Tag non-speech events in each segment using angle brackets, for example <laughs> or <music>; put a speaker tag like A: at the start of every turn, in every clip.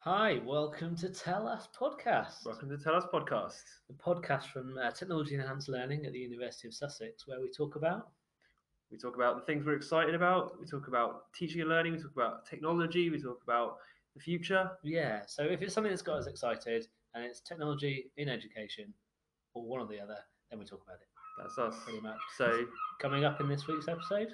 A: Hi, welcome to Tell Us Podcast,
B: Welcome to Tell Us Podcast.
A: the podcast from uh, Technology Enhanced Learning at the University of Sussex, where we talk about
B: We talk about the things we're excited about. We talk about teaching and learning. We talk about technology. We talk about the future.
A: yeah. So if it's something that's got us excited and it's technology in education, or one or the other, then we talk about it
B: That's us.
A: pretty much.
B: So,
A: coming up in this week's episode,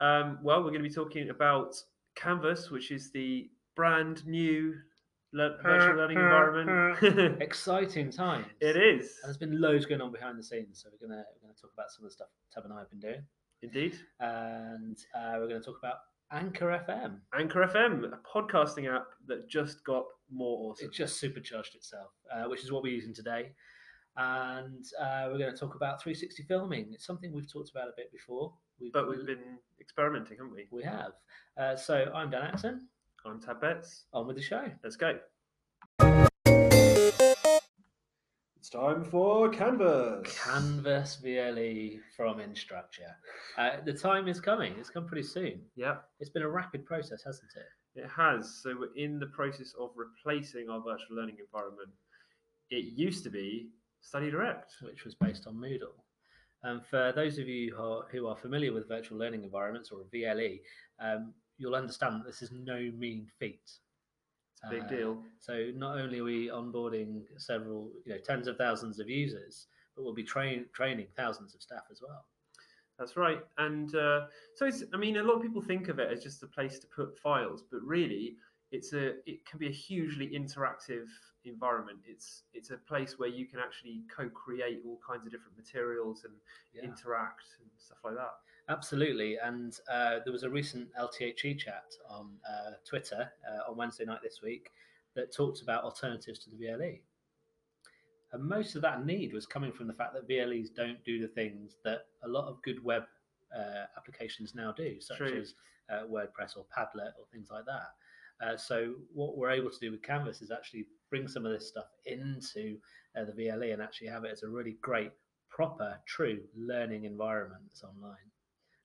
B: um, well, we're going to be talking about Canvas, which is the brand new le- virtual learning environment. <laughs>
A: exciting times.
B: it is
A: And there's been loads going on behind the scenes, so we're gonna we're gonna talk about some of the stuff Tab and I have been doing,
B: indeed.
A: and uh, we're gonna talk about Anchor FM.
B: Anchor FM, a podcasting app that just got more awesome.
A: It just supercharged itself, uh, which is what we're using today. And uh, we're going to talk about 360 filming. It's something we've talked about a bit before. We've,
B: But we've been experimenting, haven't we?
A: we have. Uh, so I'm Dan Axon.
B: I'm Tab Betts.
A: On with the show.
B: Let's go. It's time for Canvas.
A: Canvas VLE from Instructure. Uh, the time is coming. It's come pretty soon.
B: Yeah,
A: It's been a rapid process, hasn't it?
B: it has. So we're in the process of replacing our virtual learning environment. It used to be Study Direct.
A: which was based on Moodle. Um, for those of you who are, who are familiar with virtual learning environments or VLE, um, you'll understand that this is no mean feat.
B: It's a big
A: Uh,
B: deal.
A: So not only are we onboarding several, you know, tens of thousands of users, but we'll be train, training thousands of staff as well.
B: That's right. And uh, so it's. I mean, a lot of people think of it as just a place to put files, but really, it's a. It can be a hugely interactive environment. It's it's a place where you can actually co-create all kinds of different materials and
A: Yeah,
B: interact and stuff like that.
A: absolutely. And uh, there was a recent LTHE E chat on uh, Twitter uh, on Wednesday night this week that talked about alternatives to the VLE. And most of that need was coming from the fact that VLEs don't do the things that a lot of good web uh, applications now do, such
B: True.
A: as uh, WordPress or Padlet or things like that. Uh, so what we're able to do with Canvas is actually bring some of this stuff into uh, the VLE and actually have it as a really great, proper, true learning environment that's online.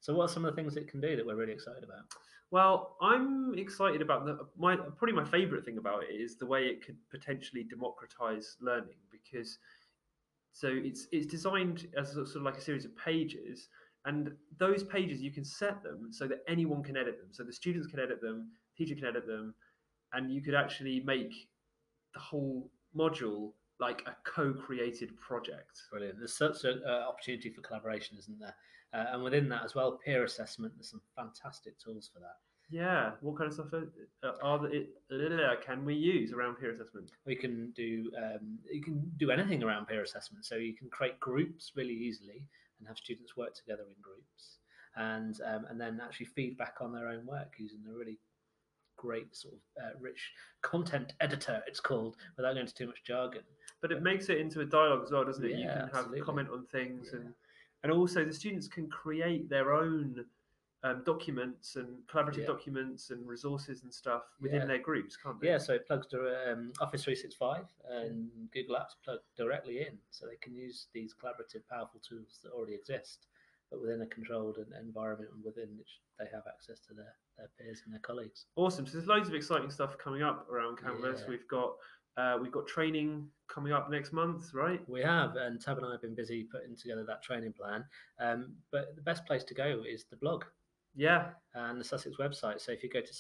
A: So what are some of the things it can do that we're really excited about?
B: Well, I'm excited about the my probably my favorite thing about it is the way it could potentially democratize learning because so it's it's designed as a, sort of like a series of pages and those pages you can set them so that anyone can edit them so the students can edit them teacher can edit them and you could actually make the whole module like a co-created project
A: Brilliant. There's such an uh, opportunity for collaboration, isn't there? Uh, and within that as well, peer assessment. There's some fantastic tools for that.
B: yeah what kind of stuff are, are the, can we use around peer assessment
A: We can do um, you can do anything around peer assessment. So you can create groups really easily and have students work together in groups, and um, and then actually feedback on their own work using a really great sort of uh, rich content editor. It's called without going into too much jargon.
B: but it makes it into a dialogue as well, doesn't it? you
A: Yeah,
B: can have
A: absolutely.
B: comment on things,
A: Yeah.
B: and and also the students can create their own um, documents and collaborative
A: Yeah.
B: documents and resources and stuff within
A: Yeah.
B: their groups, can't they?
A: Yeah, so it plugs to um, Office 365 and Google Apps plug directly in, so they can use these collaborative, powerful tools that already exist, but within a controlled en- environment and within which they have access to their, their peers and their colleagues.
B: Awesome. So there's loads of exciting stuff coming up around Canvas.
A: Yeah.
B: We've got uh, we've got training coming up next month, right?
A: We have, and Tab and I have been busy putting together that training plan. Um, but the best place to go is the blog
B: Yeah,
A: and the Sussex website. So if you go to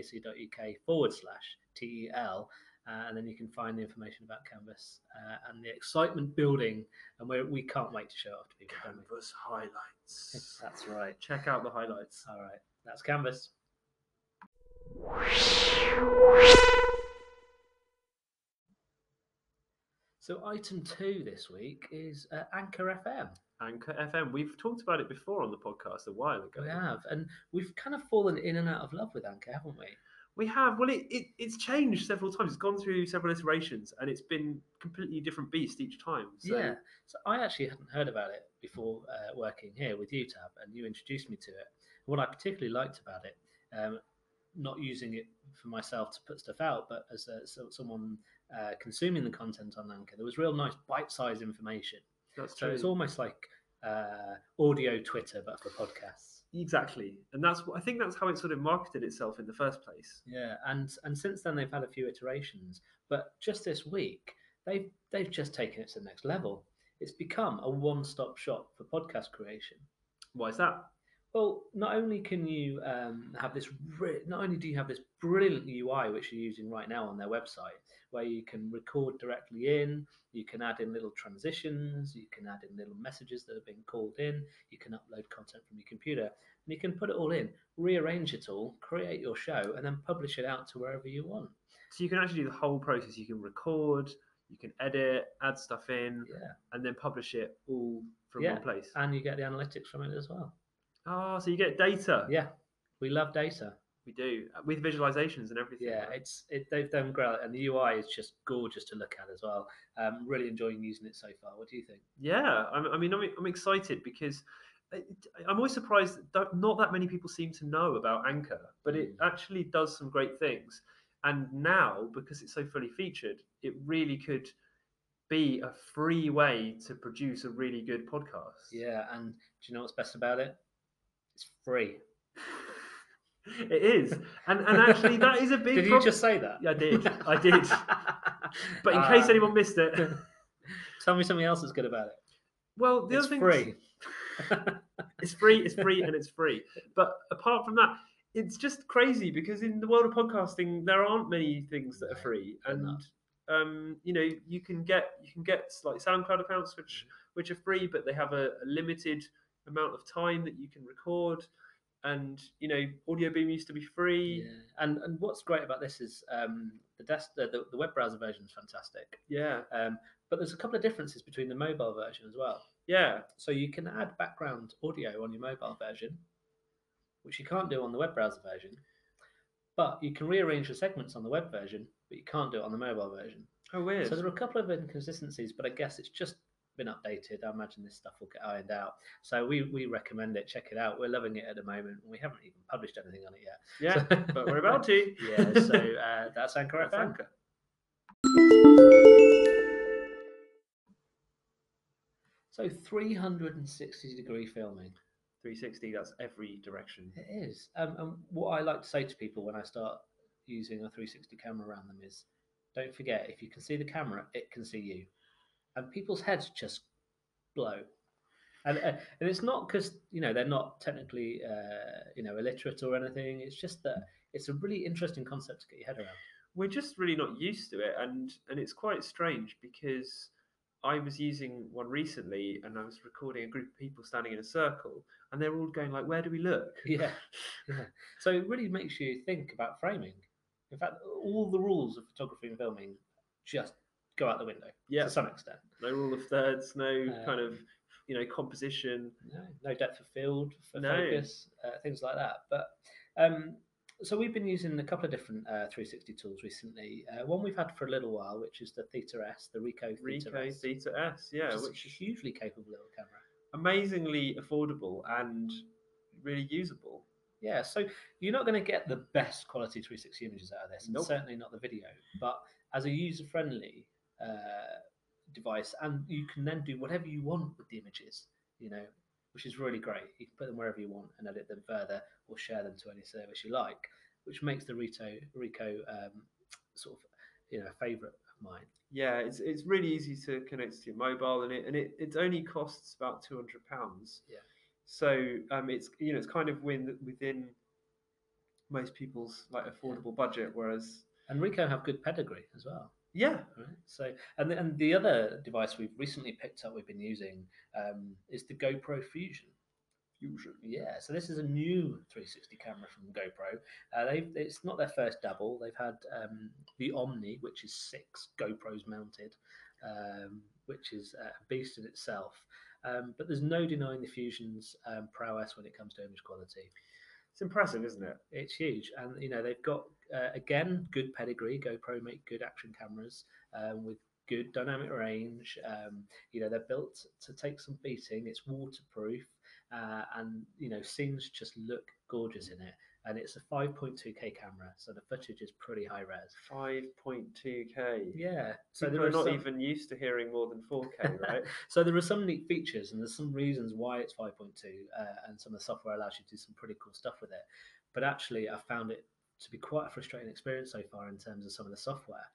A: sussex.ac.uk forward slash TEL, uh, and then you can find the information about Canvas uh, and the excitement building. And we're, we can't wait to show it off to people. can we?
B: Canvas highlights.
A: That's right.
B: Check out the highlights.
A: All right. That's Canvas. So, item two this week is uh, Anchor FM.
B: Anchor FM. We've talked about it before on the podcast a while ago.
A: We have, and we've kind of fallen in and out of love with Anchor, haven't we?
B: We have. Well, it, it it's changed several times. It's gone through several iterations, and it's been completely different beast each time. So
A: yeah. So I actually hadn't heard about it before uh, working here with you, Tab, and you introduced me to it. What I particularly liked about it, um, not using it for myself to put stuff out, but as a, so, someone uh, consuming the content on Anchor, there was real nice bite-sized information.
B: that's
A: So
B: true.
A: it's almost like uh, audio Twitter, but for podcasts.
B: exactly, and that's what I think that's how it sort of marketed itself in the first place.
A: Yeah, and and since then they've had a few iterations, but just this week they've they've just taken it to the next level. It's become a one-stop shop for podcast creation.
B: Why is that?
A: Well, not only can you um, have this, re- not only do you have this brilliant UI which you're using right now on their website, where you can record directly in, you can add in little transitions, you can add in little messages that have been called in, you can upload content from your computer, and you can put it all in, rearrange it all, create your show, and then publish it out to wherever you want.
B: So you can actually do the whole process. You can record, you can edit, add stuff in,
A: Yeah,
B: and then publish it all from
A: Yeah.
B: one place.
A: and you get the analytics from it as well.
B: Oh, so you get data.
A: Yeah, we love data.
B: We do with visualizations and everything.
A: Yeah,
B: right?
A: it's it, they've done great, and the UI is just gorgeous to look at as well. Um, really enjoying using it so far. What do you think?
B: yeah. I'm, I mean, I'm, I'm excited because I, I'm always surprised that not that many people seem to know about Anchor, but it
A: Mm.
B: actually does some great things. And now, because it's so fully featured, it really could be a free way to produce a really good podcast.
A: Yeah, and do you know what's best about it? It's free.
B: it is, and and actually, that is a
A: <laughs>
B: big.
A: Did you
B: prob-
A: just say that?
B: Yeah, I did.
A: <laughs>
B: I did. But in case
A: Ah.
B: anyone missed it,
A: tell me something else that's good about it.
B: well, the
A: it's
B: other thing
A: free.
B: It's free, it's free, and it's free. But apart from that, it's just crazy because in the world of podcasting, there aren't many things that are
A: No,
B: free,
A: they're
B: and
A: not.
B: um, you know you can get you can get like SoundCloud accounts which
A: Mm.
B: which are free, but they have a, a limited amount of time that you can record. And you know, Audio Boom used to be free.
A: yeah. And and what's great about this is um, the desk the, the, the web browser version is fantastic.
B: Yeah,
A: Um, but there's a couple of differences between the mobile version as well.
B: yeah,
A: So you can add background audio on your mobile version, which you can't do on the web browser version. But you can rearrange your segments on the web version, but you can't do it on the mobile version.
B: Oh weird.
A: So there are a couple of inconsistencies, but I guess it's just been updated. I imagine this stuff will get ironed out. So we we recommend it. Check it out. We're loving it at the moment. We haven't even published anything on it yet.
B: yeah,
A: <laughs>
B: but we're about to.
A: yeah. So uh, that's
B: <laughs>
A: Anchor
B: That's
A: FM.
B: Anchor.
A: So 360 degree filming.
B: 360. That's every direction.
A: It is. Um, and what I like to say to people when I start using a 360 camera around them is don't forget, if you can see the camera, it can see you. And people's heads just blow. And, uh, and it's not because, you know, they're not technically, uh, you know, illiterate or anything. It's just that it's a really interesting concept to get your head around. <laughs>
B: we're just really not used to it and and it's quite strange because i was using one recently and i was recording a group of people standing in a circle and they're all going like where do we look
A: Yeah. yeah. So it really makes you think about framing. In fact, all the rules of photography and filming just go out the window
B: Yeah.
A: to some extent.
B: no rule of thirds no
A: Uh,
B: kind of you know composition
A: No, no depth of field for
B: No.
A: focus, uh, things like that. But um, so we've been using a couple of different uh, 360 tools recently. Uh, one we've had for a little while, which is the Theta S, the Ricoh Theta
B: rico
A: S,
B: theta s yeah
A: which is a
B: which is
A: hugely capable little camera.
B: amazingly affordable and really usable
A: Yeah, so you're not going to get the best quality 360 images out of this, and
B: Nope.
A: certainly not the video. But as a user-friendly uh, device, and you can then do whatever you want with the images, you know, which is really great. You can put them wherever you want and edit them further, or share them to any service you like, which makes the Rito Rico um, sort of you know a favorite of mine.
B: yeah it's it's really easy to connect to your mobile and it and it, it only costs about 200 pounds
A: Yeah.
B: so um it's you know it's kind of within within most people's like affordable budget whereas
A: And Rico have good pedigree as well.
B: yeah
A: Right. So, and the, and the other device we've recently picked up, we've been using, um, is the GoPro Fusion.
B: fusion
A: Yeah, so this is a new 360 camera from GoPro. Uh, they've it's not their first double. They've had um, the Omni, which is six GoPros mounted, um, which is a beast in itself. Um, but there's no denying the Fusion's um, prowess when it comes to image quality.
B: it's impressive isn't it
A: It's huge, and you know they've got uh, again good pedigree. GoPro make good action cameras um, with good dynamic range. Um, you know they're built to take some beating. It's waterproof, uh, and you know scenes just look gorgeous in it. and it's a 5.2K camera, so the footage is pretty high res.
B: 5.2k.
A: Yeah, so
B: So People are
A: are
B: not
A: some-
B: even used to hearing more than
A: <laughs>
B: 4k, right?
A: So there are some neat features, and there's some reasons why it's 5.2, uh, and some of the software allows you to do some pretty cool stuff with it. But actually, I found it to be quite a frustrating experience so far in terms of some of the software.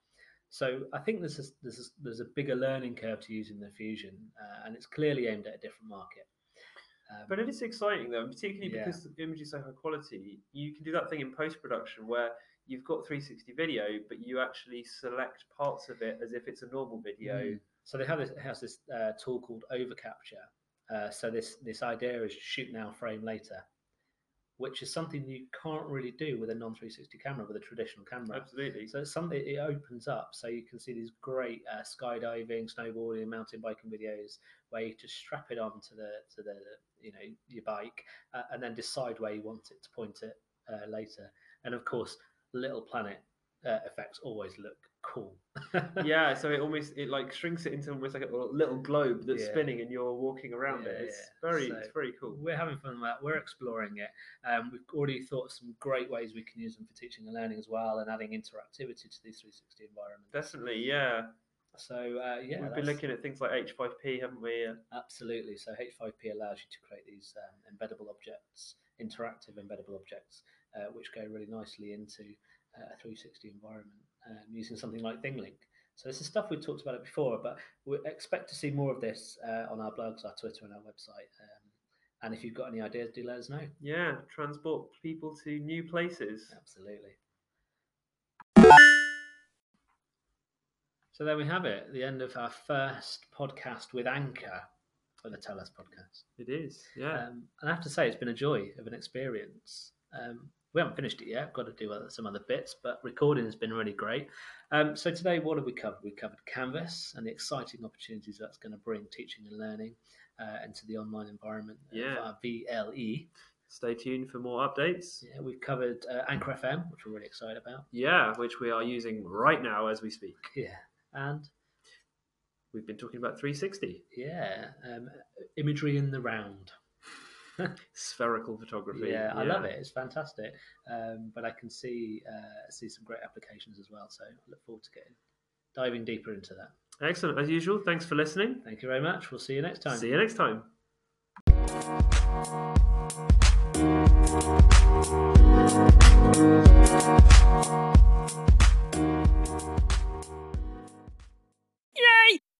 A: So I think there's a, there's a, there's a bigger learning curve to using the Fusion, uh, and it's clearly aimed at a different market. Um,
B: But it is exciting though, and particularly
A: Yeah.
B: because the image is so high quality. You can do that thing in post production where you've got 360 video, but you actually select parts of it as if it's a normal video.
A: Mm. So they have this it has this uh, tool called overcapture. Uh, so this this idea is shoot now, frame later, which is something you can't really do with a non 360 camera with a traditional camera.
B: Absolutely.
A: So it's something it opens up, so you can see these great uh, skydiving, snowboarding, mountain biking videos where you just strap it on to the to the you know your bike uh, and then decide where you want it to point it uh, later. And of course, Little Planet uh, effects always look cool. <laughs>
B: yeah, so it almost it like shrinks it into almost like a little globe that's
A: Yeah.
B: spinning, and you're walking around it.
A: Yeah,
B: It's
A: yeah.
B: very
A: So-
B: it's very cool.
A: We're having fun with that. We're exploring it. Um, we've already thought of some great ways we can use them for teaching and learning as well, and adding interactivity to these 360 environments.
B: Definitely, yeah.
A: So uh, yeah,
B: We've been
A: that's-
B: looking at things like H5P, haven't we? Yeah.
A: Absolutely. So H5P allows you to create these um, embeddable objects, interactive embeddable objects, uh, which go really nicely into uh, a 360 environment um, using something like ThingLink. So this is stuff we've talked about it before, but we expect to see more of this uh, on our blogs, our Twitter, and our website. Um, and if you've got any ideas, do let us know.
B: Yeah, transport people to new places.
A: Absolutely. So there we have it, the end of our first podcast with Anchor for the Tell Us podcast.
B: It is, yeah.
A: Um, and I have to say, it's been a joy of an experience. Um, we haven't finished it yet. I've got to do other, some other bits, but recording has been really great. Um, so today, what have we covered? We covered Canvas and the exciting opportunities that's going to bring teaching and learning uh, into the online environment uh,
B: Yeah.
A: via VLE.
B: Stay tuned for more updates.
A: Yeah, we've covered uh, Anchor FM, which we're really excited about.
B: Yeah, which we are using right now as we speak.
A: Yeah, and
B: We've been talking about 360
A: yeah, um, imagery in the round. <laughs>
B: spherical photography.
A: Yeah, I love it. It's fantastic. Um, but I can see uh, see some great applications as well. So I look forward to getting diving deeper into that.
B: Excellent. As usual, thanks for listening.
A: Thank you very much. We'll see you next time.
B: See you next time.